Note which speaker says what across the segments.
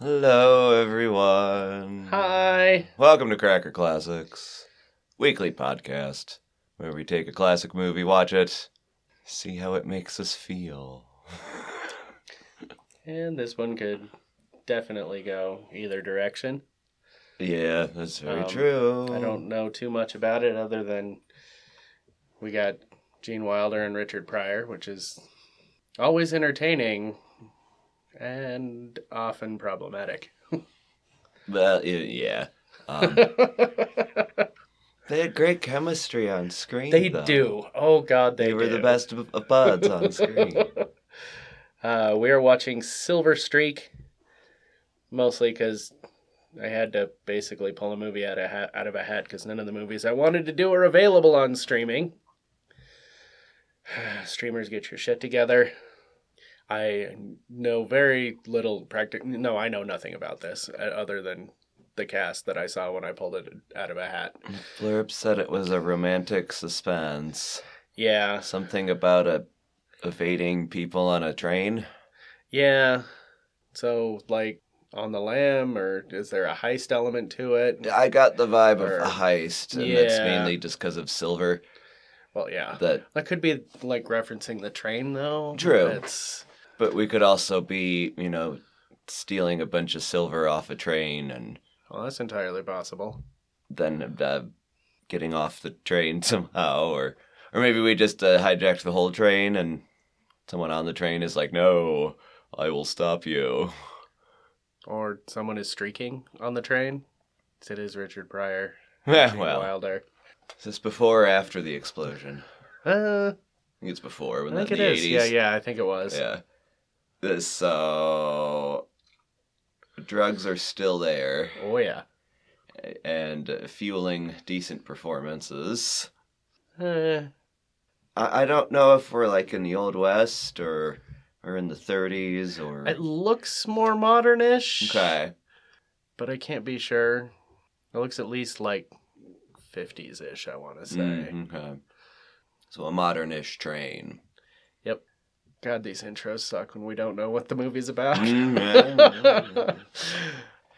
Speaker 1: Hello, everyone.
Speaker 2: Hi.
Speaker 1: Welcome to Cracker Classics, weekly podcast where we take a classic movie, watch it, see how it makes us feel.
Speaker 2: And this one could definitely go either direction.
Speaker 1: Yeah, that's very
Speaker 2: Um,
Speaker 1: true.
Speaker 2: I don't know too much about it other than we got Gene Wilder and Richard Pryor, which is always entertaining and often problematic.
Speaker 1: Well, y- yeah. Um,
Speaker 2: they
Speaker 1: they had great chemistry on screen. though.
Speaker 2: do. Oh God, they,
Speaker 1: They were the
Speaker 2: do.
Speaker 1: best of of buds on screen.
Speaker 2: Uh, we are watching Silver Streak, mostly because I had to basically pull a movie out of ha- out of a hat because none of the movies I wanted to do are available on streaming. Streamers, get your shit together. I know very little practic. No, I know nothing about this uh, other than the cast that I saw when I pulled it out of a hat.
Speaker 1: Blurb said it was a romantic suspense.
Speaker 2: Yeah,
Speaker 1: Something about a evading people on a train.
Speaker 2: yeah. So like on the lamb, or is there a heist element to it?
Speaker 1: I got the vibe
Speaker 2: Or-
Speaker 1: of a heist, and that's
Speaker 2: Yeah.
Speaker 1: mainly just because of silver.
Speaker 2: Well, yeah.
Speaker 1: That,
Speaker 2: That could be like referencing the train, though.
Speaker 1: True.
Speaker 2: It's
Speaker 1: but we could also be, you know, stealing a bunch of silver off a train and
Speaker 2: well, that's entirely possible.
Speaker 1: then uh, getting off the train somehow, or or maybe we just uh, hijacked the whole train, and someone on the train is like, "No, I will stop you."
Speaker 2: Or someone is streaking on the train. It is Richard Pryor.
Speaker 1: Eh,
Speaker 2: Gene
Speaker 1: well,
Speaker 2: Wilder.
Speaker 1: is this before or after the explosion?
Speaker 2: Uh,
Speaker 1: I think it's before.
Speaker 2: I
Speaker 1: When
Speaker 2: think
Speaker 1: that,
Speaker 2: it
Speaker 1: in the
Speaker 2: is.
Speaker 1: 80s.
Speaker 2: Yeah, yeah. I think it was.
Speaker 1: Yeah. This, So drugs are still there
Speaker 2: Oh yeah.
Speaker 1: and fueling decent performances.
Speaker 2: Uh,
Speaker 1: I, I don't know if we're like in the old west or or in the 30s or
Speaker 2: it looks more modernish.
Speaker 1: okay.
Speaker 2: But I can't be sure. It looks at least like fifties ish. I want to say.
Speaker 1: Mm, okay. So a modernish train.
Speaker 2: God, these intros suck when we don't know what the movie's about.
Speaker 1: Mm, yeah.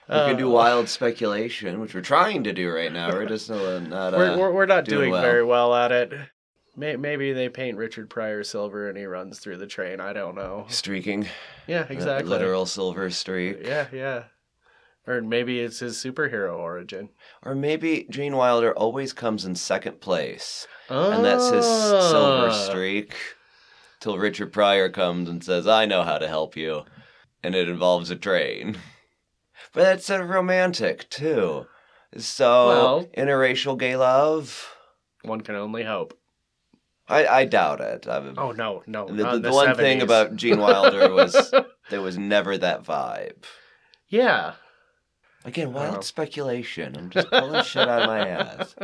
Speaker 1: We
Speaker 2: Uh,
Speaker 1: can do wild speculation, which we're trying to do right now. We're just uh, not. Uh,
Speaker 2: we're, we're, we're not
Speaker 1: doing
Speaker 2: doing
Speaker 1: well.
Speaker 2: very well at it. May, maybe they paint Richard Pryor silver and he runs through the train. I don't know.
Speaker 1: streaking. uh,
Speaker 2: Yeah, exactly.
Speaker 1: Literal silver streak.
Speaker 2: Yeah, yeah. Or maybe it's his superhero origin.
Speaker 1: Or maybe Gene Wilder always comes in second place,
Speaker 2: Oh.
Speaker 1: and that's his silver
Speaker 2: Ah.
Speaker 1: streak. Till Richard Pryor comes and says, "I know how to help you," and it involves a train. But that's sort of romantic too. So
Speaker 2: Well-
Speaker 1: interracial gay love?
Speaker 2: One can only hope.
Speaker 1: I, I doubt it. I mean,
Speaker 2: Oh no, no.
Speaker 1: the,
Speaker 2: not
Speaker 1: the,
Speaker 2: in
Speaker 1: the one
Speaker 2: 70s.
Speaker 1: thing about Gene Wilder was there was never that vibe.
Speaker 2: yeah.
Speaker 1: Again,
Speaker 2: know.
Speaker 1: wild speculation. I'm just pulling shit out of my ass.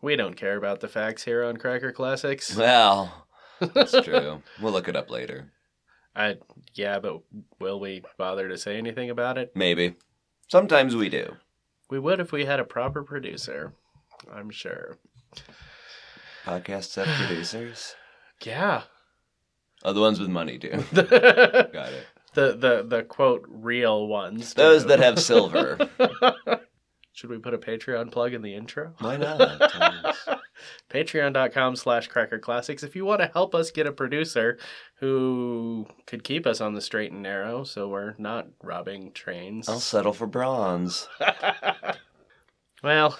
Speaker 2: We don't care about the facts here on Cracker Classics.
Speaker 1: Well, that's true. We'll look it up later.
Speaker 2: I yeah, but will we bother to say anything about it?
Speaker 1: Maybe. Sometimes we do.
Speaker 2: We would if we had a proper producer. I'm sure.
Speaker 1: Podcasts have producers.
Speaker 2: Yeah.
Speaker 1: Oh, the ones with money do.
Speaker 2: the
Speaker 1: Got it.
Speaker 2: the the quote real ones. too.
Speaker 1: Those that have silver.
Speaker 2: Should we put a Patreon plug in the intro?
Speaker 1: Why not? Thomas?
Speaker 2: Patreon.com slash cracker classics. If you want to help us get a producer who could keep us on the straight and narrow so we're not robbing trains.
Speaker 1: I'll settle for bronze.
Speaker 2: well,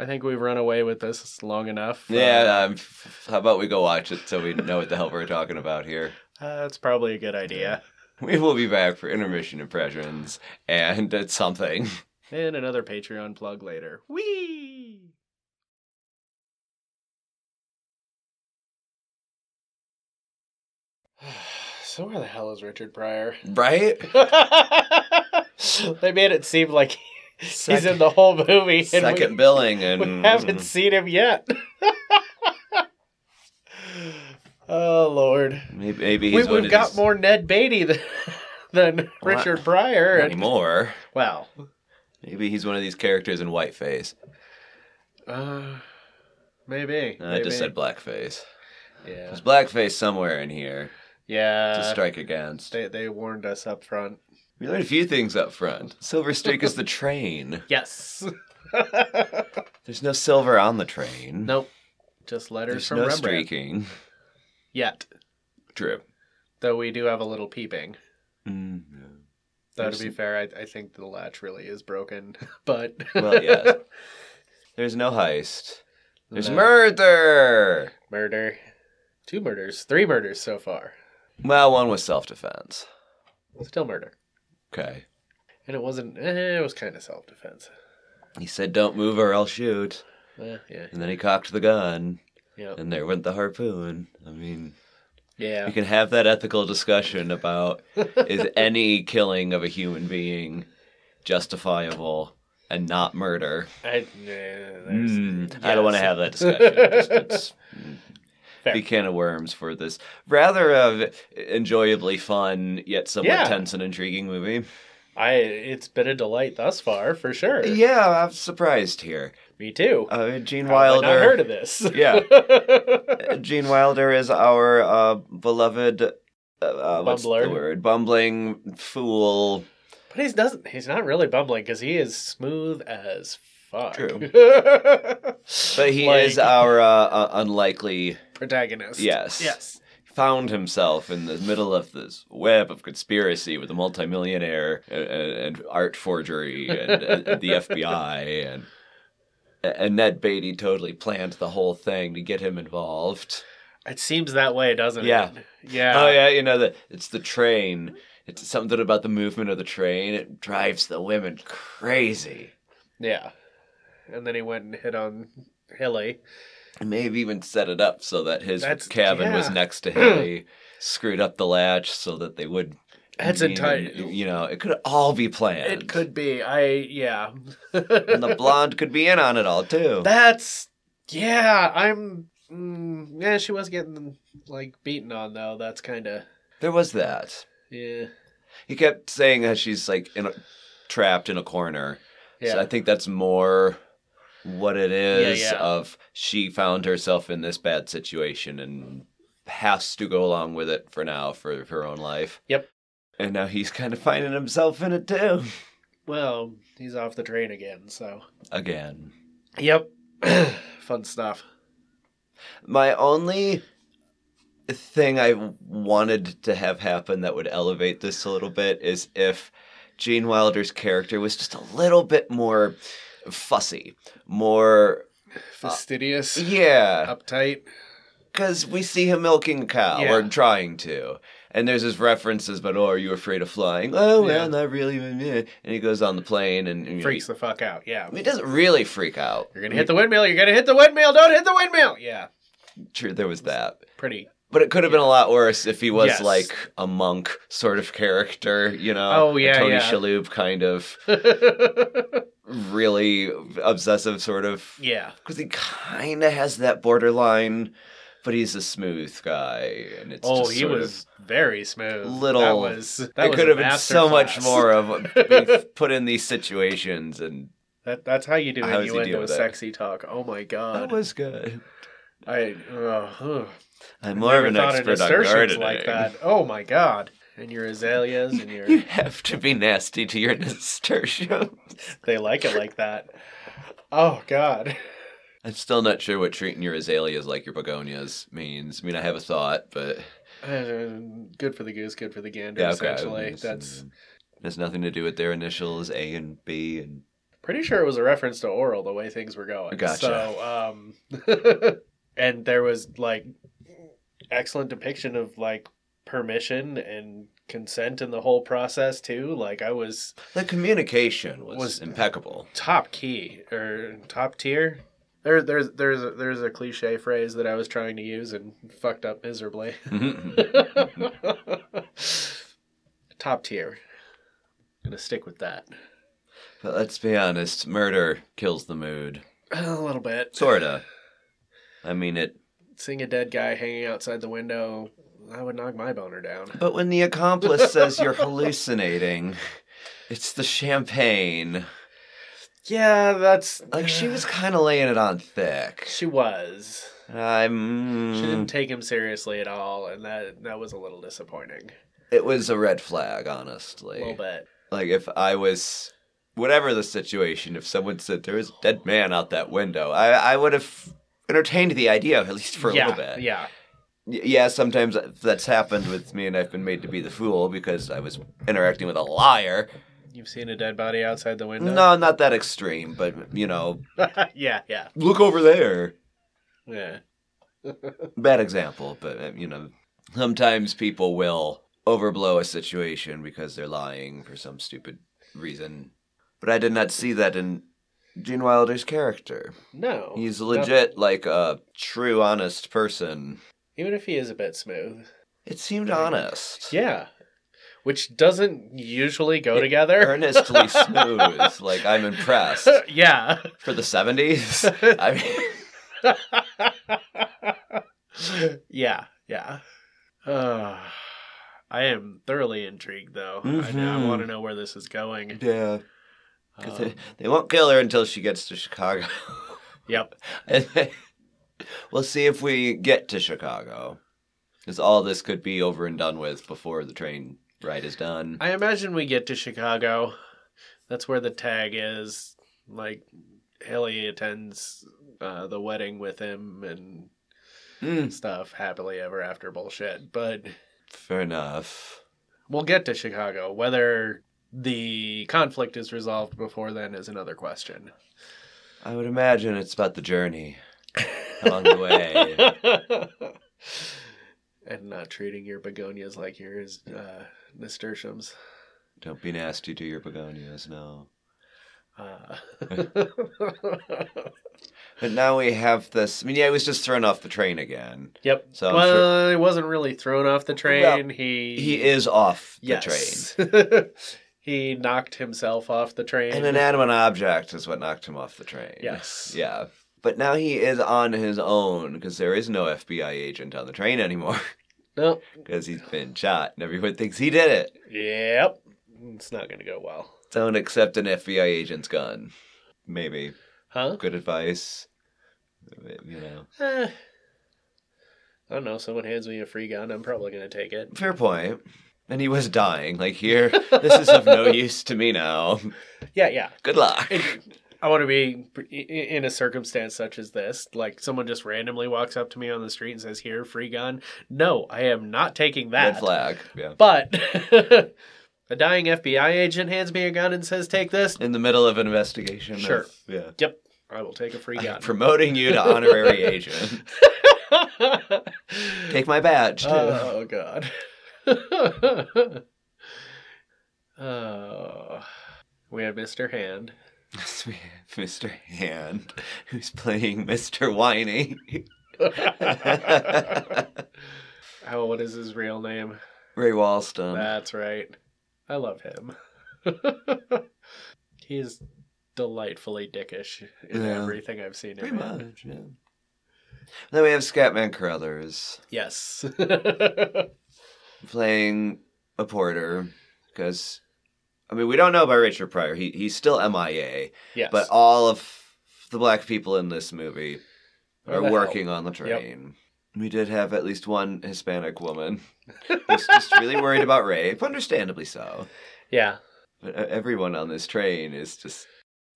Speaker 2: I think we've run away with this long enough.
Speaker 1: Yeah, um, f- how about we go watch it so we know what the hell we're talking about here?
Speaker 2: Uh, that's probably a good idea.
Speaker 1: We will be back for intermission impressions and it's something.
Speaker 2: And another Patreon plug later. Whee! So where the hell is Richard Pryor?
Speaker 1: Right?
Speaker 2: they made it seem like he's in the whole movie, and
Speaker 1: Second
Speaker 2: we,
Speaker 1: billing and
Speaker 2: we haven't seen him yet. oh Lord,
Speaker 1: maybe, maybe
Speaker 2: we,
Speaker 1: he's one
Speaker 2: we've
Speaker 1: of
Speaker 2: got
Speaker 1: these-
Speaker 2: more Ned Beatty than than
Speaker 1: Well,
Speaker 2: Richard Pryor.
Speaker 1: not
Speaker 2: And,
Speaker 1: anymore.
Speaker 2: wow.
Speaker 1: Maybe he's one of these characters in whiteface.
Speaker 2: Uh, maybe.
Speaker 1: No, I
Speaker 2: maybe.
Speaker 1: just said blackface.
Speaker 2: Yeah.
Speaker 1: There's blackface somewhere in here. to
Speaker 2: Yeah.
Speaker 1: strike against.
Speaker 2: They, they warned us up front.
Speaker 1: We learned a few things up front. Silver streak is the train.
Speaker 2: Yes.
Speaker 1: There's no silver on the train.
Speaker 2: nope. Just letters
Speaker 1: There's
Speaker 2: from
Speaker 1: no
Speaker 2: Rembrandt.
Speaker 1: streaking.
Speaker 2: Yet.
Speaker 1: True.
Speaker 2: Though we do have a little peeping.
Speaker 1: Mm, no.
Speaker 2: Mm-hmm. Though to
Speaker 1: There's-
Speaker 2: be fair, I, I think the latch really is broken. But
Speaker 1: Well, yes. There's no heist. There's
Speaker 2: No.
Speaker 1: murder.
Speaker 2: murder. Two murders. Three murders so far.
Speaker 1: Well, one was self-defense.
Speaker 2: Still murder.
Speaker 1: Okay.
Speaker 2: And it wasn't eh, it was kinda self defense.
Speaker 1: He said, "Don't move or I'll shoot,"
Speaker 2: Eh, yeah.
Speaker 1: and then he cocked the gun,
Speaker 2: Yeah.
Speaker 1: and there went the harpoon. I mean,
Speaker 2: Yeah.
Speaker 1: we can have that ethical discussion about is any killing of a human being justifiable and not murder.
Speaker 2: I, nah, there's-
Speaker 1: Mm, I don't want to
Speaker 2: yes.
Speaker 1: have that discussion. Just- it's
Speaker 2: Fair.
Speaker 1: Big can of worms for this rather of enjoyably fun yet somewhat
Speaker 2: Yeah.
Speaker 1: tense and intriguing movie.
Speaker 2: I it's been a delight thus far for sure.
Speaker 1: Yeah, I'm surprised here.
Speaker 2: Me too.
Speaker 1: Uh, Gene
Speaker 2: How have I not heard
Speaker 1: Wilder.
Speaker 2: of this.
Speaker 1: Yeah, Gene Wilder is our uh, beloved. Uh, uh, what's the
Speaker 2: Bumbler.
Speaker 1: word? Bumbling fool.
Speaker 2: But he's doesn't. He's not really bumbling because he is smooth as fuck.
Speaker 1: True.
Speaker 2: but
Speaker 1: But he is our uh, uh, unlikely
Speaker 2: protagonist.
Speaker 1: Yes.
Speaker 2: Yes.
Speaker 1: found himself in the middle of this web of conspiracy with a multimillionaire and, and, and art forgery and, and the FBI and and Ned Beatty totally planned the whole thing to get him involved.
Speaker 2: It seems that way, doesn't
Speaker 1: Yeah.
Speaker 2: it? Yeah.
Speaker 1: oh yeah, you know the it's the train. It's something about the movement of the train. It drives the women crazy.
Speaker 2: Yeah. And then he went and hit on Hilly.
Speaker 1: And Maybe even set it up so that his
Speaker 2: That's-
Speaker 1: cabin was
Speaker 2: yeah.
Speaker 1: next to Haley. screwed up the latch so that they would.
Speaker 2: That's
Speaker 1: mean,
Speaker 2: entirely.
Speaker 1: You know, it could all be planned.
Speaker 2: It could be. I yeah.
Speaker 1: and the blonde could be in on it all too.
Speaker 2: That's yeah. I'm. Mm, yeah, she was getting like beaten on though. That's kind of
Speaker 1: there was that.
Speaker 2: yeah.
Speaker 1: He kept saying that she's like in a, trapped in a corner.
Speaker 2: Yeah.
Speaker 1: So I think that's more what it is
Speaker 2: Yeah, yeah.
Speaker 1: of she found herself in this bad situation and has to go along with it for now for her own life.
Speaker 2: Yep.
Speaker 1: And now he's kind of finding himself in it too.
Speaker 2: well, he's off the train again. So
Speaker 1: Again.
Speaker 2: yep. Fun stuff.
Speaker 1: My only thing I wanted to have happen that would elevate this a little bit is if Gene Wilder's character was just a little bit more fussy, more
Speaker 2: Fastidious, Uh,
Speaker 1: yeah,
Speaker 2: uptight.
Speaker 1: because we see him milking a cow or
Speaker 2: Yeah.
Speaker 1: trying to, and there's his references. But oh, are you afraid of flying? Oh well,
Speaker 2: Yeah.
Speaker 1: not really. eh." And he goes on the plane and, and
Speaker 2: Freaks the fuck out. Yeah.
Speaker 1: I mean, he doesn't really freak out.
Speaker 2: You're gonna hit the windmill. You're gonna hit the windmill. Don't hit the windmill. Yeah.
Speaker 1: True, there was that.
Speaker 2: Pretty.
Speaker 1: But it could have been a lot worse if he was
Speaker 2: Yes.
Speaker 1: like a monk sort of character, you know?
Speaker 2: Oh,
Speaker 1: a
Speaker 2: yeah,
Speaker 1: Tony
Speaker 2: yeah.
Speaker 1: Shalhoub kind of really obsessive sort of.
Speaker 2: yeah.
Speaker 1: Because he kind of has that borderline, but he's a smooth guy. And it's
Speaker 2: oh,
Speaker 1: just
Speaker 2: he
Speaker 1: sort of-
Speaker 2: was very smooth.
Speaker 1: little-
Speaker 2: That was. That
Speaker 1: it
Speaker 2: was a
Speaker 1: could have been so much
Speaker 2: masterclass.
Speaker 1: more of being put in these situations, and
Speaker 2: That, that's how you do
Speaker 1: How does he deal
Speaker 2: innuendo
Speaker 1: with that?
Speaker 2: sexy talk. Oh my
Speaker 1: that
Speaker 2: god.
Speaker 1: was good.
Speaker 2: I. Uh, huh.
Speaker 1: I'm more of
Speaker 2: Never
Speaker 1: an
Speaker 2: thought
Speaker 1: expert on
Speaker 2: nasturtiums
Speaker 1: gardening.
Speaker 2: like that. Oh my god. And your azaleas and your
Speaker 1: You have to be nasty to your nasturtium.
Speaker 2: they like it like that. Oh god.
Speaker 1: I'm still not sure what treating your azaleas like your begonias means. I mean, I have a thought, but
Speaker 2: Uh, good for the goose, good for the gander.
Speaker 1: yeah, okay.
Speaker 2: essentially, that's
Speaker 1: uh, It has nothing to do with their initials A and B, and
Speaker 2: pretty sure it was a reference to oral the way things were going.
Speaker 1: Gotcha.
Speaker 2: So, um, and there was like excellent depiction of like permission and consent in the whole process too. Like I was
Speaker 1: the communication was,
Speaker 2: Was-
Speaker 1: impeccable.
Speaker 2: top key or top tier. There, there's there's a, there's a cliche phrase that I was trying to use and fucked up miserably. top tier. Gonna stick with that
Speaker 1: but let's be honest, murder kills the mood,
Speaker 2: a little bit.
Speaker 1: sorta. I mean it,
Speaker 2: Seeing a dead guy hanging outside the window, I would knock my boner down.
Speaker 1: but when the accomplice says you're hallucinating, it's the champagne.
Speaker 2: Yeah, that's
Speaker 1: Like she was kind of laying it on thick.
Speaker 2: She was.
Speaker 1: I'm.
Speaker 2: She
Speaker 1: Mm.
Speaker 2: didn't take him seriously at all, and that that was a little disappointing.
Speaker 1: It was a red flag,
Speaker 2: A
Speaker 1: honestly.
Speaker 2: little bit.
Speaker 1: Like if I was, whatever the situation, if someone said there was a dead man out that window, I I would have entertained the idea at least for a
Speaker 2: yeah,
Speaker 1: little bit.
Speaker 2: Yeah.
Speaker 1: Y- Yeah, sometimes that's happened with me, and I've been made to be the fool because I was interacting with a liar.
Speaker 2: You've seen a dead body outside the window.
Speaker 1: No, not that extreme, but you know,
Speaker 2: yeah, yeah,
Speaker 1: look over there.
Speaker 2: yeah.
Speaker 1: Bad example, but uh, you know, sometimes people will overblow a situation because they're lying for some stupid reason. But I did not see that in Gene Wilder's character.
Speaker 2: No.
Speaker 1: He's
Speaker 2: no.
Speaker 1: legit like a true, honest person.
Speaker 2: Even if he is a bit smooth.
Speaker 1: It seemed honest.
Speaker 2: Yeah. Which doesn't usually go
Speaker 1: It-
Speaker 2: together.
Speaker 1: Earnestly smooth. like I'm impressed.
Speaker 2: yeah.
Speaker 1: For the seventies? I mean
Speaker 2: yeah, yeah. Uh, I am thoroughly intrigued, though. I,
Speaker 1: Mhm.
Speaker 2: want to know where this is going.
Speaker 1: Yeah. 'cause
Speaker 2: Um,
Speaker 1: they, they won't kill her until she gets to Chicago.
Speaker 2: yep.
Speaker 1: And then- we'll see if we get to Chicago. Because all this could be over and done with before the train ride is done.
Speaker 2: I imagine we get to Chicago. That's where the tag is. Like, Haley attends uh, the wedding with him and
Speaker 1: Mm,
Speaker 2: stuff, happily ever after bullshit. But
Speaker 1: fair enough.
Speaker 2: we'll get to Chicago. Whether the conflict is resolved before then is another question.
Speaker 1: I would imagine it's about the journey along the way.
Speaker 2: and not treating your begonias like yours uh, nasturtiums.
Speaker 1: Don't be nasty to your begonias, no.
Speaker 2: Uh,
Speaker 1: But now we have this. I mean, yeah, he was just thrown off the train again.
Speaker 2: yep.
Speaker 1: So I'm sure
Speaker 2: well, he wasn't really thrown off the train.
Speaker 1: Well,
Speaker 2: he
Speaker 1: he is off the train.
Speaker 2: yes. he knocked himself off the train.
Speaker 1: An inanimate object is what knocked him off the train.
Speaker 2: yes.
Speaker 1: Yeah. But now he is on his own because there is no FBI agent on the train anymore
Speaker 2: No.
Speaker 1: because he's been shot and everyone thinks he did it.
Speaker 2: Yep. It's not going to go well.
Speaker 1: Don't accept an FBI agent's gun. Maybe.
Speaker 2: Huh?
Speaker 1: Good advice. You know.
Speaker 2: Eh. I don't know. Someone hands me a free gun. I'm probably going to take it.
Speaker 1: Fair point. And he was dying. Like, here, this is of no use to me now.
Speaker 2: Yeah, yeah.
Speaker 1: Good luck.
Speaker 2: It- I want to be i- in a circumstance such as this. Like someone just randomly walks up to me on the street and says, "Here, free gun." No, I am not taking that.
Speaker 1: Red flag. Yeah.
Speaker 2: But a dying FBI agent hands me a gun and says, "Take this."
Speaker 1: In the middle of an investigation. of-
Speaker 2: Sure.
Speaker 1: yeah.
Speaker 2: Yep, I will take a free gun.
Speaker 1: Promoting you to honorary agent. Take my badge, too.
Speaker 2: oh God. oh, we have Mister Hand.
Speaker 1: Yes, we have Mr. Hand, who's playing Mr. Whiny. Ray
Speaker 2: Oh, what is his real name?
Speaker 1: Walston.
Speaker 2: That's right. I love him. he is delightfully dickish in
Speaker 1: Yeah.
Speaker 2: everything I've seen
Speaker 1: Pretty
Speaker 2: him in.
Speaker 1: much, yeah. Then we have Scatman Carruthers
Speaker 2: Yes.
Speaker 1: playing a porter, because, I mean, we don't know about Richard Pryor. He, he's still MIA,
Speaker 2: yes.
Speaker 1: but all of the black people in this movie
Speaker 2: Where
Speaker 1: are
Speaker 2: the
Speaker 1: working on the train. We did have at least one Hispanic woman who's just really worried about rape, understandably so.
Speaker 2: hell? Yeah.
Speaker 1: But e- everyone on this train is just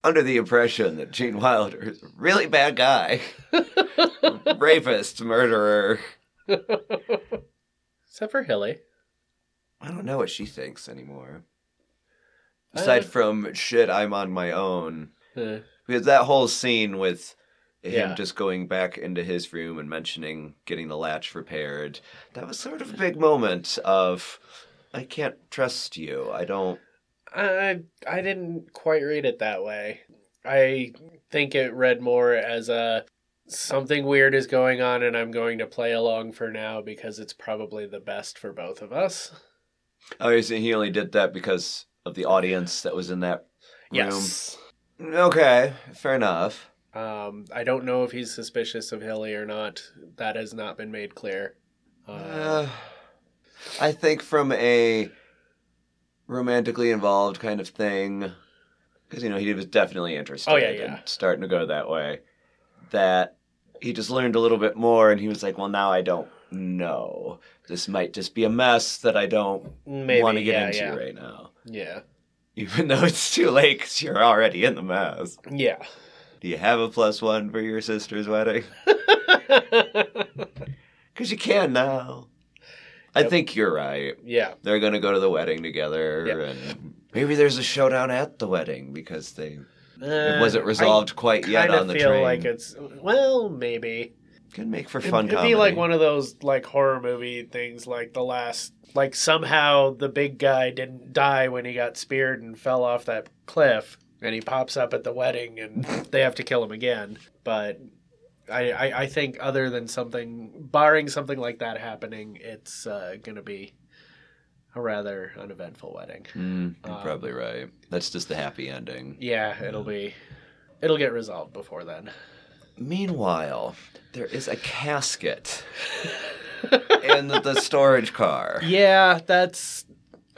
Speaker 1: under the impression that Gene Wilder is a really bad guy, rapist, murderer.
Speaker 2: Except for Hilly.
Speaker 1: I don't know what she thinks anymore.
Speaker 2: Uh.
Speaker 1: Aside from shit, I'm on my own.
Speaker 2: Uh,
Speaker 1: Because that whole scene with him
Speaker 2: Yeah.
Speaker 1: just going back into his room and mentioning getting the latch repaired, that was sort of a big moment of, I can't trust you. I don't.
Speaker 2: I I didn't quite read it that way. I think it read more as a something weird is going on and I'm going to play along for now because it's probably the best for both of us.
Speaker 1: Oh, so he only did that because of the audience that was in that room.
Speaker 2: Yes.
Speaker 1: Okay, fair enough.
Speaker 2: Um, I don't know if he's suspicious of Hilly or not. That has not been made clear. Uh,
Speaker 1: Uh, I think from a romantically involved kind of thing, because you know he was definitely interested.
Speaker 2: Oh, yeah,
Speaker 1: and
Speaker 2: yeah.
Speaker 1: starting to go that way. That he just learned a little bit more and he was like, well, now I don't know. This might just be a mess that I don't
Speaker 2: Maybe.
Speaker 1: want to get
Speaker 2: yeah,
Speaker 1: into
Speaker 2: yeah.
Speaker 1: right now.
Speaker 2: Yeah.
Speaker 1: Even though it's too late 'cause you're already in the mess.
Speaker 2: Yeah.
Speaker 1: Do you have a plus one for your sister's wedding? Because you can now. I
Speaker 2: Yep.
Speaker 1: think you're right.
Speaker 2: yeah.
Speaker 1: They're going to go to the wedding together
Speaker 2: Yep.
Speaker 1: and maybe there's a showdown at the wedding because they it
Speaker 2: Uh,
Speaker 1: wasn't resolved
Speaker 2: I
Speaker 1: quite yet
Speaker 2: kinda
Speaker 1: on the
Speaker 2: feel
Speaker 1: train.
Speaker 2: like it's well, maybe.
Speaker 1: Can make for
Speaker 2: It'd-
Speaker 1: fun
Speaker 2: It'd
Speaker 1: comedy.
Speaker 2: be like one of those like horror movie things, like the last, like somehow the big guy didn't die when he got speared and fell off that cliff, and he pops up at the wedding, and they have to kill him again. But I, I, I think other than something, barring something like that happening, it's uh, gonna be a rather uneventful wedding.
Speaker 1: Mm, you're
Speaker 2: Um,
Speaker 1: probably right. That's just the happy ending.
Speaker 2: Yeah, it'll be, it'll get resolved before then.
Speaker 1: Meanwhile, there is a casket in the storage car.
Speaker 2: Yeah, that's.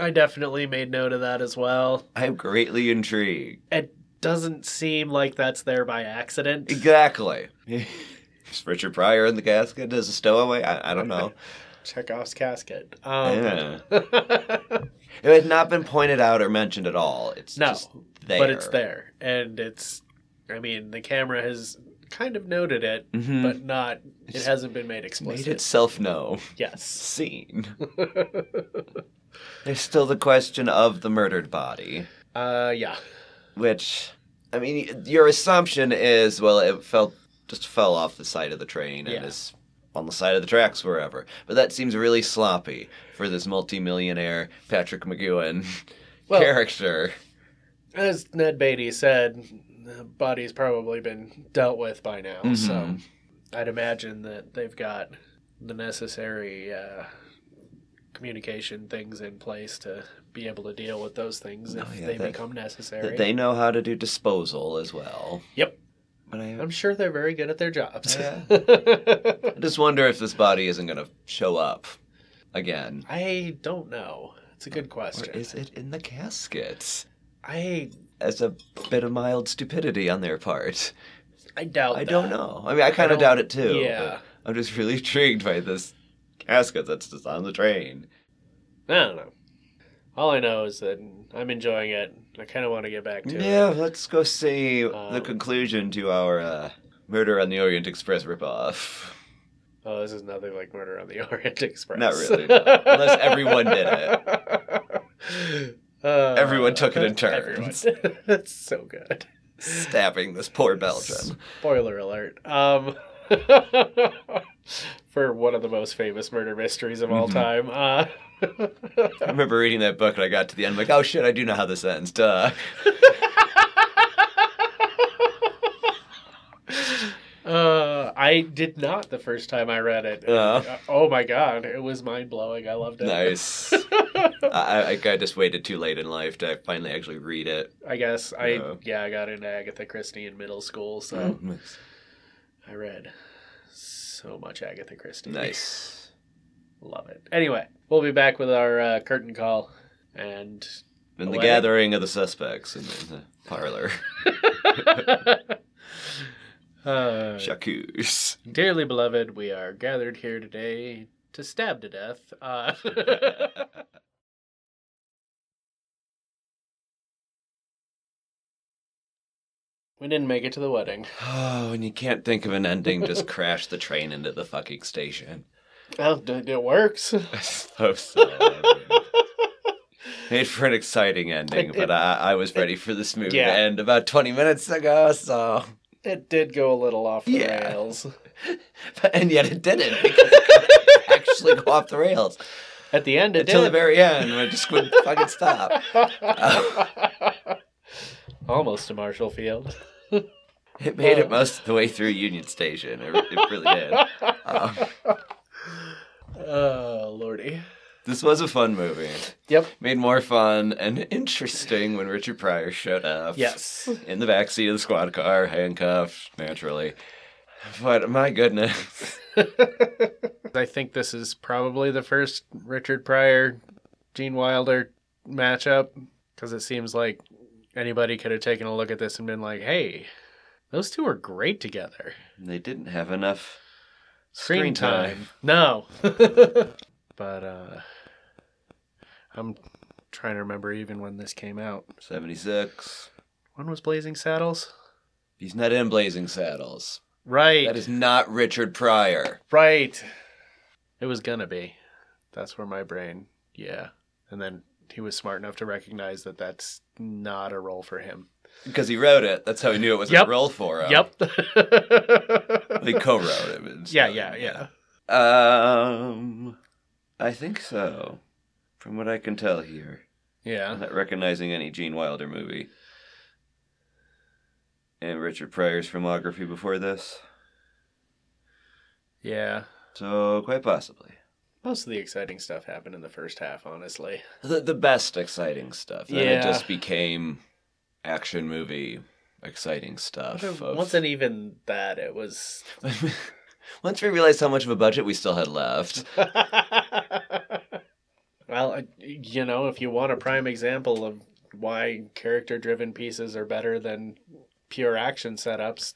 Speaker 2: I definitely made note of that as well.
Speaker 1: I'm greatly intrigued.
Speaker 2: it doesn't seem like that's there by accident.
Speaker 1: Exactly. is Richard Pryor in the casket as a stowaway? I, I don't know.
Speaker 2: Chekhov's casket. Um,
Speaker 1: Yeah. It had not been pointed out or mentioned at all. It's
Speaker 2: No,
Speaker 1: just there.
Speaker 2: but it's there, and it's. I mean, the camera has kind of noted it,
Speaker 1: Mhm.
Speaker 2: but not. It
Speaker 1: It's
Speaker 2: hasn't been made
Speaker 1: Made
Speaker 2: explicit.
Speaker 1: itself known.
Speaker 2: Yes.
Speaker 1: Seen. There's still the question of the murdered body.
Speaker 2: Uh, yeah.
Speaker 1: which I mean, your assumption is well, it fell just fell off the side of the train
Speaker 2: Yeah.
Speaker 1: and is on the side of the tracks wherever. But that seems really sloppy for this multimillionaire Patrick McGowan
Speaker 2: Well-
Speaker 1: character.
Speaker 2: As Ned Beatty said, the body's probably been dealt with by now, so
Speaker 1: Mhm.
Speaker 2: I'd imagine that they've got the necessary uh, communication things in place to be able to deal with those things if
Speaker 1: Oh, yeah,
Speaker 2: they
Speaker 1: that-
Speaker 2: become necessary.
Speaker 1: That they know how to do disposal as well.
Speaker 2: Yep.
Speaker 1: But I
Speaker 2: I'm sure they're very good at their jobs.
Speaker 1: Yeah. I just wonder if this body isn't going to show up again.
Speaker 2: I don't know. It's a good
Speaker 1: Or
Speaker 2: question.
Speaker 1: is it in the caskets?
Speaker 2: I
Speaker 1: As a bit of mild stupidity on their part.
Speaker 2: I doubt.
Speaker 1: I
Speaker 2: that.
Speaker 1: don't know. I mean, I kind
Speaker 2: don't-
Speaker 1: of doubt it too.
Speaker 2: Yeah.
Speaker 1: but I'm just really intrigued by this casket that's just on the train.
Speaker 2: I don't know. All I know is that I'm enjoying it. I kind of want to get back to it.
Speaker 1: Yeah, let's go see the
Speaker 2: Um,
Speaker 1: conclusion to our uh, Murder on the Orient Express ripoff.
Speaker 2: Oh, this is nothing like Murder on the Orient Express.
Speaker 1: Not really, no. Unless everyone did
Speaker 2: it. Uh,
Speaker 1: Everyone took it in
Speaker 2: everyone.
Speaker 1: turns.
Speaker 2: That's so good.
Speaker 1: Stabbing this poor Belgian.
Speaker 2: Spoiler alert. Um, for one of the most famous murder mysteries of all
Speaker 1: Mhm.
Speaker 2: time. Uh,
Speaker 1: I remember reading that book and I got to the end, like, oh shit, I do know how this ends. Duh.
Speaker 2: uh, I did not the first time I read it.
Speaker 1: Yeah.
Speaker 2: oh my god, it was mind blowing. I loved it.
Speaker 1: Uh. Nice. I, I, I just waited too late in life to finally actually read it.
Speaker 2: I guess I
Speaker 1: Yeah. Mm-hmm.
Speaker 2: yeah I got into Agatha Christie in middle school, so
Speaker 1: Mm.
Speaker 2: I read so much Agatha Christie.
Speaker 1: Nice.
Speaker 2: love it. Anyway, we'll be back with our uh, curtain call and
Speaker 1: And the
Speaker 2: Well-
Speaker 1: gathering of the suspects in the, the parlor.
Speaker 2: uh,
Speaker 1: Chacuse.
Speaker 2: Dearly beloved, we are gathered here today to stab to death. Uh, we didn't make it to the wedding.
Speaker 1: Oh, and you can't think of an ending, just crash the train into the fucking station.
Speaker 2: Oh, d- it works.
Speaker 1: I suppose so. Oh, Made for an exciting ending,
Speaker 2: It-
Speaker 1: but
Speaker 2: it-
Speaker 1: I, I was ready for this movie
Speaker 2: yeah.
Speaker 1: to end about 20 minutes ago, so.
Speaker 2: It did go a little off the
Speaker 1: Yeah.
Speaker 2: rails.
Speaker 1: And yet it didn't, because it couldn't actually go off the rails
Speaker 2: At the end, it
Speaker 1: until the
Speaker 2: did.
Speaker 1: very end when it just wouldn't fucking stop.
Speaker 2: Almost a Marshall Field.
Speaker 1: It made it most of the way through Union Station. It, it really did. Um,
Speaker 2: Oh, lordy.
Speaker 1: this was a fun movie.
Speaker 2: Yep.
Speaker 1: Made more fun and interesting when Richard Pryor showed up.
Speaker 2: Yes.
Speaker 1: in the backseat of the squad car, handcuffed, naturally. But my goodness.
Speaker 2: I think this is probably the first Richard Pryor, Gene Wilder matchup because it seems like anybody could have taken a look at this and been like, "Hey, Those two are great together.
Speaker 1: They didn't have enough
Speaker 2: Screen, time. No. but uh I'm trying to remember even when this came out.
Speaker 1: 76.
Speaker 2: When was Blazing Saddles?
Speaker 1: He's not in Blazing Saddles.
Speaker 2: Right.
Speaker 1: That is not Richard Pryor.
Speaker 2: Right. It was gonna be. That's where my brain. Yeah. And then he was smart enough to recognize that that's not a role for him.
Speaker 1: Because he wrote it. That's how he knew it was
Speaker 2: Yep.
Speaker 1: a role for him.
Speaker 2: Yep.
Speaker 1: He co wrote it. and
Speaker 2: yeah,
Speaker 1: stuff.
Speaker 2: yeah, yeah.
Speaker 1: Um, I think so. From what I can tell here, I'm
Speaker 2: Yeah.
Speaker 1: not recognizing any Gene Wilder movie. And Richard Pryor's filmography before this.
Speaker 2: Yeah.
Speaker 1: So, quite possibly.
Speaker 2: Most of the exciting stuff happened in the first half, honestly.
Speaker 1: The, the best exciting stuff. Then
Speaker 2: Yeah.
Speaker 1: it just became action movie exciting stuff. of-
Speaker 2: Wasn't even that. It was.
Speaker 1: Once we realized how much of a budget we still had left.
Speaker 2: well, I- you know, if you want a prime example of why character driven pieces are better than pure action setups,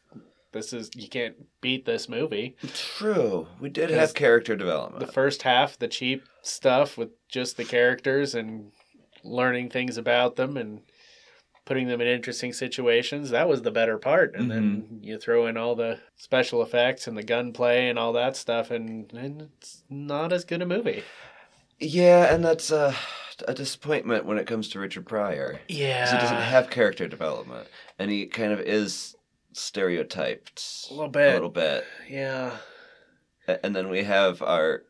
Speaker 2: this is. You can't beat this movie.
Speaker 1: True. We did
Speaker 2: have
Speaker 1: have character
Speaker 2: The
Speaker 1: development.
Speaker 2: first half, the cheap stuff with just the characters and learning things about them and putting them in interesting situations, that was the better part. And then you throw in all the special effects and the gunplay and all that stuff, and, and it's not as good a movie.
Speaker 1: yeah, and that's uh, a disappointment when it comes to Richard Pryor.
Speaker 2: Yeah.
Speaker 1: 'Cause he doesn't have character development, and he kind of is stereotyped
Speaker 2: A little bit.
Speaker 1: a little bit.
Speaker 2: Yeah.
Speaker 1: A- And then we have our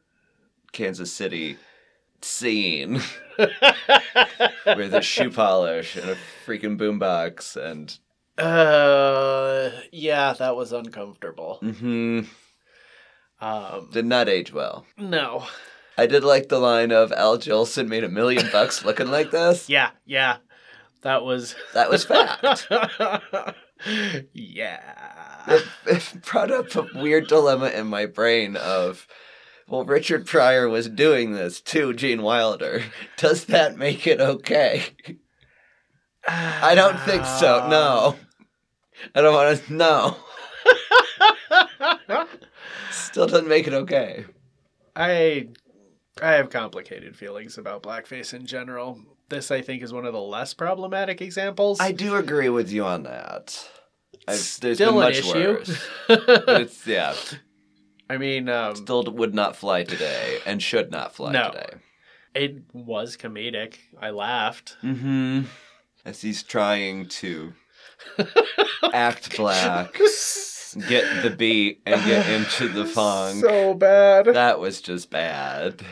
Speaker 1: Kansas City scene with a shoe polish and a freaking boombox, and
Speaker 2: uh, yeah, that was uncomfortable.
Speaker 1: hmm
Speaker 2: Um,
Speaker 1: did not age well.
Speaker 2: no.
Speaker 1: I did like the line of Al Jolson made a million bucks looking like this.
Speaker 2: Yeah, yeah. That was.
Speaker 1: That was fact.
Speaker 2: yeah.
Speaker 1: it, it brought up a weird dilemma in my brain of well richard pryor was doing this to gene wilder does that make it okay i don't think so no i don't want to no still doesn't make it okay
Speaker 2: I I have complicated feelings about blackface in general. This I think is one of the less problematic examples.
Speaker 1: i do agree with you on that I've,
Speaker 2: Still
Speaker 1: there's been
Speaker 2: an
Speaker 1: much
Speaker 2: issue.
Speaker 1: worse but it's yeah
Speaker 2: I mean, um,
Speaker 1: still would not fly today and should not fly
Speaker 2: No.
Speaker 1: today
Speaker 2: it was comedic. I laughed.
Speaker 1: mm-hmm as he's trying to act black get the beat and get into the funk.
Speaker 2: So bad.
Speaker 1: that was just bad.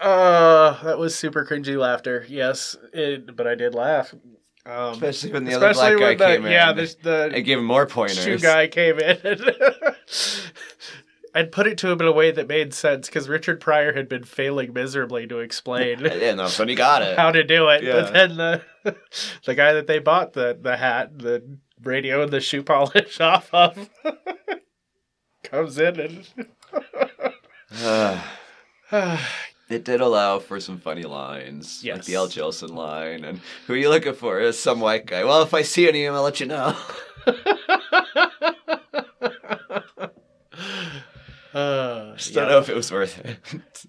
Speaker 2: Uh, that was super cringy laughter. Yes, it, but I did laugh. Um,
Speaker 1: Especially when the other
Speaker 2: especially
Speaker 1: black guy
Speaker 2: when the
Speaker 1: came in.
Speaker 2: yeah, the,
Speaker 1: I
Speaker 2: the
Speaker 1: gave him more
Speaker 2: shoe
Speaker 1: pointers.
Speaker 2: guy came in. I'd put it to him in a way that made sense because Richard Pryor had been failing miserably to explain
Speaker 1: Yeah, no, funny got it.
Speaker 2: how to do it.
Speaker 1: Yeah.
Speaker 2: But then the the guy that they bought the the hat, the radio, and the shoe polish off of comes in and.
Speaker 1: Ah,
Speaker 2: Uh,
Speaker 1: it did allow for some funny lines, like the
Speaker 2: Yes.
Speaker 1: L. Jolson line, and who are you looking for? Is some white guy? Well, if I see any of them, I'll let you know.
Speaker 2: Uh,
Speaker 1: Just
Speaker 2: yeah.
Speaker 1: don't know if it was worth it.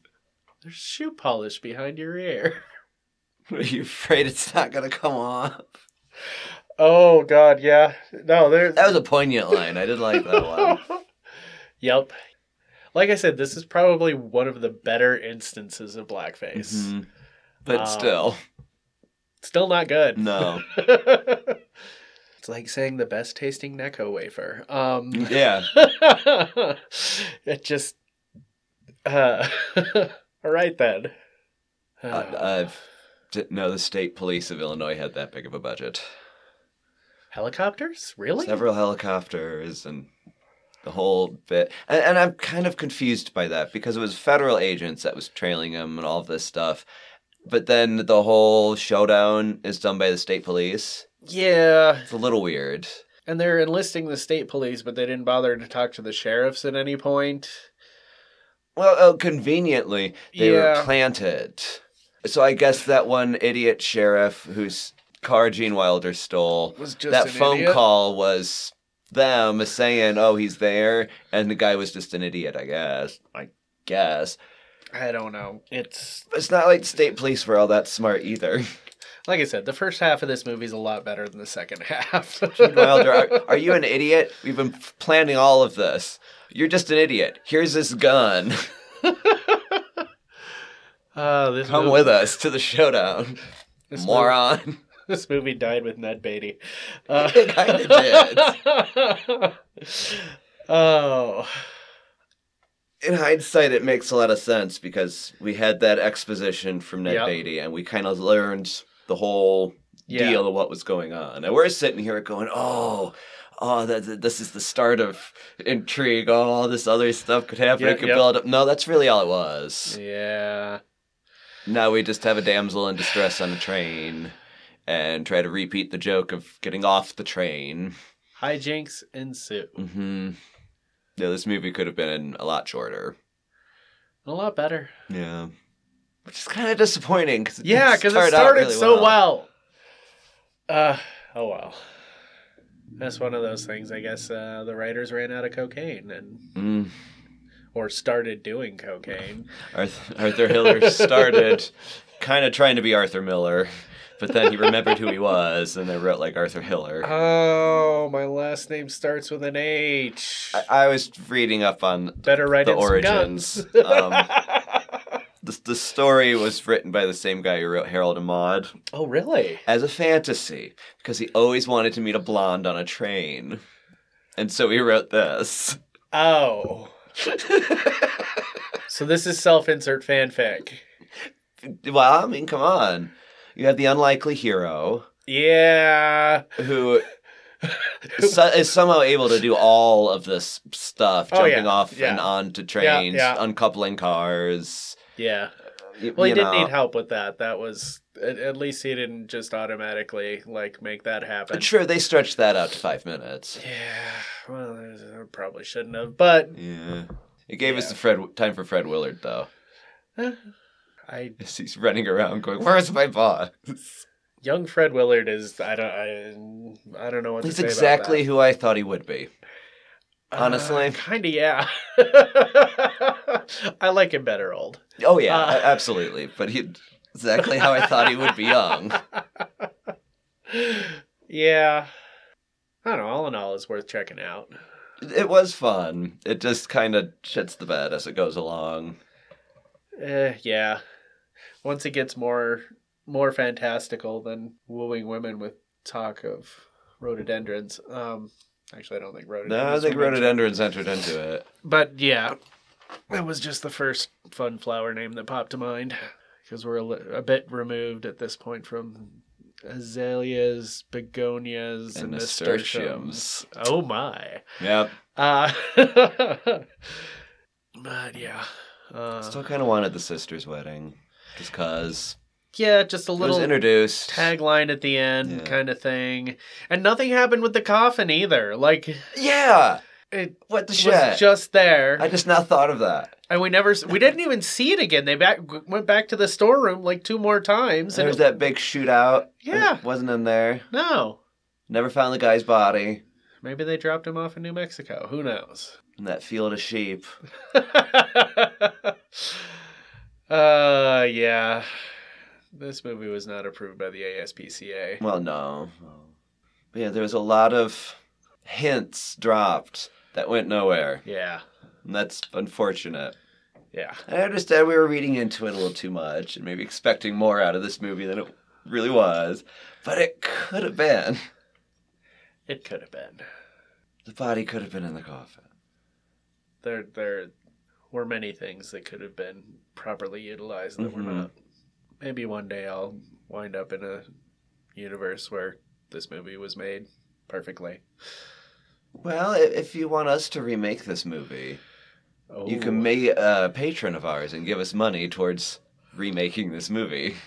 Speaker 2: There's shoe polish behind your ear.
Speaker 1: are you afraid it's not gonna come off?
Speaker 2: Oh God, yeah. No, there's.
Speaker 1: That was a poignant line. I did like that one.
Speaker 2: yep. Like I said, this is probably one of the better instances of blackface.
Speaker 1: Mhm. But
Speaker 2: Um,
Speaker 1: still,
Speaker 2: Still not good.
Speaker 1: no.
Speaker 2: it's like saying the best tasting Necco wafer. Um,
Speaker 1: Yeah.
Speaker 2: it just. Uh, all right then.
Speaker 1: Uh, I, I've didn't know the state police of Illinois had that big of a budget.
Speaker 2: Helicopters? Really?
Speaker 1: Several helicopters and the whole bit. And, and I'm kind of confused by that because it was federal agents that was trailing him and all of this stuff. But then the whole showdown is done by the state police.
Speaker 2: Yeah.
Speaker 1: It's a little weird.
Speaker 2: And they're enlisting the state police, but they didn't bother to talk to the sheriffs at any point.
Speaker 1: Well, oh, conveniently, they
Speaker 2: Yeah.
Speaker 1: were planted. So I guess that one idiot sheriff whose car Gene Wilder stole
Speaker 2: Was just
Speaker 1: that
Speaker 2: an
Speaker 1: phone
Speaker 2: idiot.
Speaker 1: call was them saying, "Oh, he's there," and the guy was just an idiot, I guess. I guess
Speaker 2: I don't know. It's
Speaker 1: it's not like state police were all that smart either.
Speaker 2: like I said, the first half of this movie is a lot better than the second half.
Speaker 1: Gene Wilder, are, are you an idiot? We've been f- planning all of this. You're just an idiot. Here's this gun.
Speaker 2: Uh, this
Speaker 1: Come
Speaker 2: movie,
Speaker 1: with us to the showdown,
Speaker 2: this movie-
Speaker 1: moron.
Speaker 2: this movie died with Ned Beatty. Uh,
Speaker 1: It kinda
Speaker 2: did. oh,
Speaker 1: in hindsight, it makes a lot of sense because we had that exposition from Ned
Speaker 2: Yep.
Speaker 1: Beatty, and we kind of learned the whole
Speaker 2: yeah.
Speaker 1: deal of what was going on. And we're sitting here going, "Oh, oh, that, that- this is the start of intrigue. Oh, all this other stuff could happen.
Speaker 2: Yep,
Speaker 1: it could
Speaker 2: yep.
Speaker 1: build up." No, that's really all it was.
Speaker 2: Yeah.
Speaker 1: Now we just have a damsel in distress on a train, and try to repeat the joke of getting off the train.
Speaker 2: Hijinks ensue.
Speaker 1: hmm Yeah, this movie could have been a lot shorter.
Speaker 2: A lot better.
Speaker 1: Yeah. Which is kind of disappointing because
Speaker 2: Yeah, because it started so well. Uh, oh well. That's one of those things. I guess uh, the writers ran out of cocaine and
Speaker 1: Mm.
Speaker 2: or started doing cocaine.
Speaker 1: Arthur, Arthur Hiller started kind of trying to be Arthur Miller, but then he remembered who he was, and they wrote like Arthur Hiller.
Speaker 2: Oh, my last name starts with an H.
Speaker 1: I, I was reading up on
Speaker 2: Better write
Speaker 1: the
Speaker 2: in some
Speaker 1: origins.
Speaker 2: guns.
Speaker 1: um, the, the story was written by the same guy who wrote Harold and Maude
Speaker 2: oh, really?
Speaker 1: as a fantasy because he always wanted to meet a blonde on a train, and so he wrote this.
Speaker 2: Oh. so this is self-insert fanfic.
Speaker 1: Well, I mean, come on. You have the unlikely hero
Speaker 2: Yeah.
Speaker 1: who so, is somehow able to do all of this stuff,
Speaker 2: Oh,
Speaker 1: jumping
Speaker 2: yeah,
Speaker 1: off
Speaker 2: yeah.
Speaker 1: and onto trains,
Speaker 2: yeah.
Speaker 1: uncoupling cars.
Speaker 2: Yeah.
Speaker 1: y-
Speaker 2: Well, he
Speaker 1: you
Speaker 2: didn't
Speaker 1: know.
Speaker 2: need help with that. That was at, at least he didn't just automatically like make that happen.
Speaker 1: Sure, they stretched that out to five minutes.
Speaker 2: Yeah. Well, I probably shouldn't have, but
Speaker 1: Yeah. It gave us
Speaker 2: Yeah.
Speaker 1: the Fred time for Fred Willard though.
Speaker 2: eh, I
Speaker 1: As he's running around going, "Where's my boss?"
Speaker 2: young Fred Willard is I don't I, I don't know what
Speaker 1: He's
Speaker 2: to say about
Speaker 1: exactly
Speaker 2: that.
Speaker 1: who I thought he would be.
Speaker 2: Uh,
Speaker 1: honestly.
Speaker 2: kinda yeah. I like him better old.
Speaker 1: Oh yeah,
Speaker 2: Uh.
Speaker 1: a- absolutely. But he exactly how I thought he would be young.
Speaker 2: yeah. I don't know. All in all, it's worth checking out.
Speaker 1: It was fun. It just kind of shits the bed as it goes along.
Speaker 2: Eh, yeah. Once it gets more more fantastical than wooing women with talk of rhododendrons. Um, actually, I don't think rhododendrons.
Speaker 1: No, I think
Speaker 2: were mentioned.
Speaker 1: rhododendrons entered into it.
Speaker 2: But yeah, that was just the first fun flower name that popped to mind because we're a, li- a bit removed at this point from azaleas, begonias, and,
Speaker 1: And nasturtiums.
Speaker 2: nasturtiums. Oh my!
Speaker 1: Yep.
Speaker 2: Uh, but yeah. Uh,
Speaker 1: Still kind of wanted the sister's wedding, just cause
Speaker 2: yeah, just a
Speaker 1: it was
Speaker 2: little
Speaker 1: introduced.
Speaker 2: tagline at the end
Speaker 1: Yeah.
Speaker 2: kind of thing. And nothing happened with the coffin either. Like
Speaker 1: Yeah.
Speaker 2: it
Speaker 1: What the
Speaker 2: was
Speaker 1: shit?
Speaker 2: just there.
Speaker 1: I just now thought of that.
Speaker 2: and we never s- we didn't even see it again. They back went back to the storeroom like two more times
Speaker 1: There
Speaker 2: and
Speaker 1: was
Speaker 2: it-
Speaker 1: that big shootout.
Speaker 2: Yeah.
Speaker 1: It wasn't in there.
Speaker 2: no.
Speaker 1: Never found the guy's body
Speaker 2: Maybe they dropped him off in New Mexico. Who knows?
Speaker 1: in that field of sheep.
Speaker 2: uh yeah. This movie was not approved by the ASPCA.
Speaker 1: Well, no. But yeah, there was a lot of hints dropped that went nowhere,
Speaker 2: Yeah.
Speaker 1: and that's unfortunate.
Speaker 2: Yeah.
Speaker 1: I understand we were reading into it a little too much and maybe expecting more out of this movie than it really was, but it could have been.
Speaker 2: It could have been.
Speaker 1: The body could have been in the coffin.
Speaker 2: there there were many things that could have been properly utilized that were
Speaker 1: Mhm.
Speaker 2: not. Maybe one day I'll wind up in a universe where this movie was made perfectly.
Speaker 1: Well, i- if you want us to remake this movie,
Speaker 2: Oh,
Speaker 1: you can be a patron of ours and give us money towards remaking this movie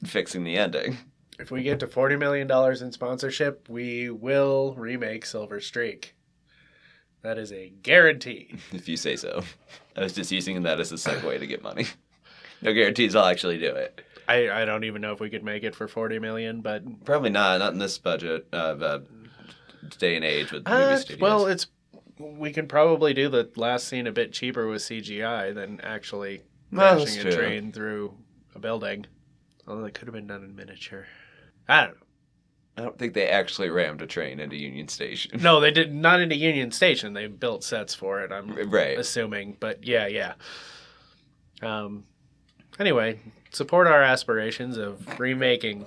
Speaker 1: and fixing the ending.
Speaker 2: if we get to forty million dollars in sponsorship, we will remake Silver Streak. That is a guarantee.
Speaker 1: If you say so. I was just using that as a segue to get money. No guarantees I'll actually do it.
Speaker 2: I, I don't even know if we could make it for forty million, but
Speaker 1: Probably not, not in this budget. Uh, uh, day and age with
Speaker 2: Uh,
Speaker 1: movie studios.
Speaker 2: well, it's we could probably do the last scene a bit cheaper with CGI than actually
Speaker 1: Well, that's
Speaker 2: crashing a
Speaker 1: true.
Speaker 2: train through a building. Although that could have been done in miniature. I don't
Speaker 1: I don't think they actually rammed a train into Union Station.
Speaker 2: know. No, they did not into Union Station. They built sets for it. I'm
Speaker 1: Right.
Speaker 2: assuming, but yeah, yeah. Um. Anyway, support our aspirations of remaking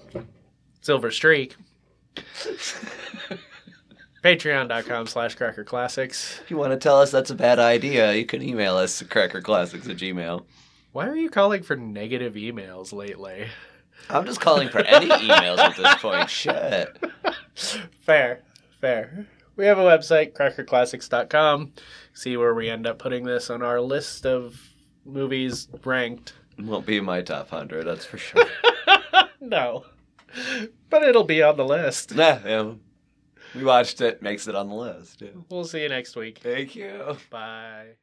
Speaker 2: Silver Streak. Patreon.com slash Cracker Classics.
Speaker 1: If you want to tell us that's a bad idea, you can email us at crackerclassics at gmail.
Speaker 2: Why are you calling for negative emails lately?
Speaker 1: I'm just calling for any emails at this point. Shit.
Speaker 2: Fair, fair. We have a website, crackerclassics.com. See where we end up putting this on our list of movies ranked.
Speaker 1: Won't be in my top 100, that's for sure.
Speaker 2: no. But it'll be on the list.
Speaker 1: nah, yeah. We watched it, makes it on the list. yeah.
Speaker 2: We'll see you next week.
Speaker 1: Thank you.
Speaker 2: Bye.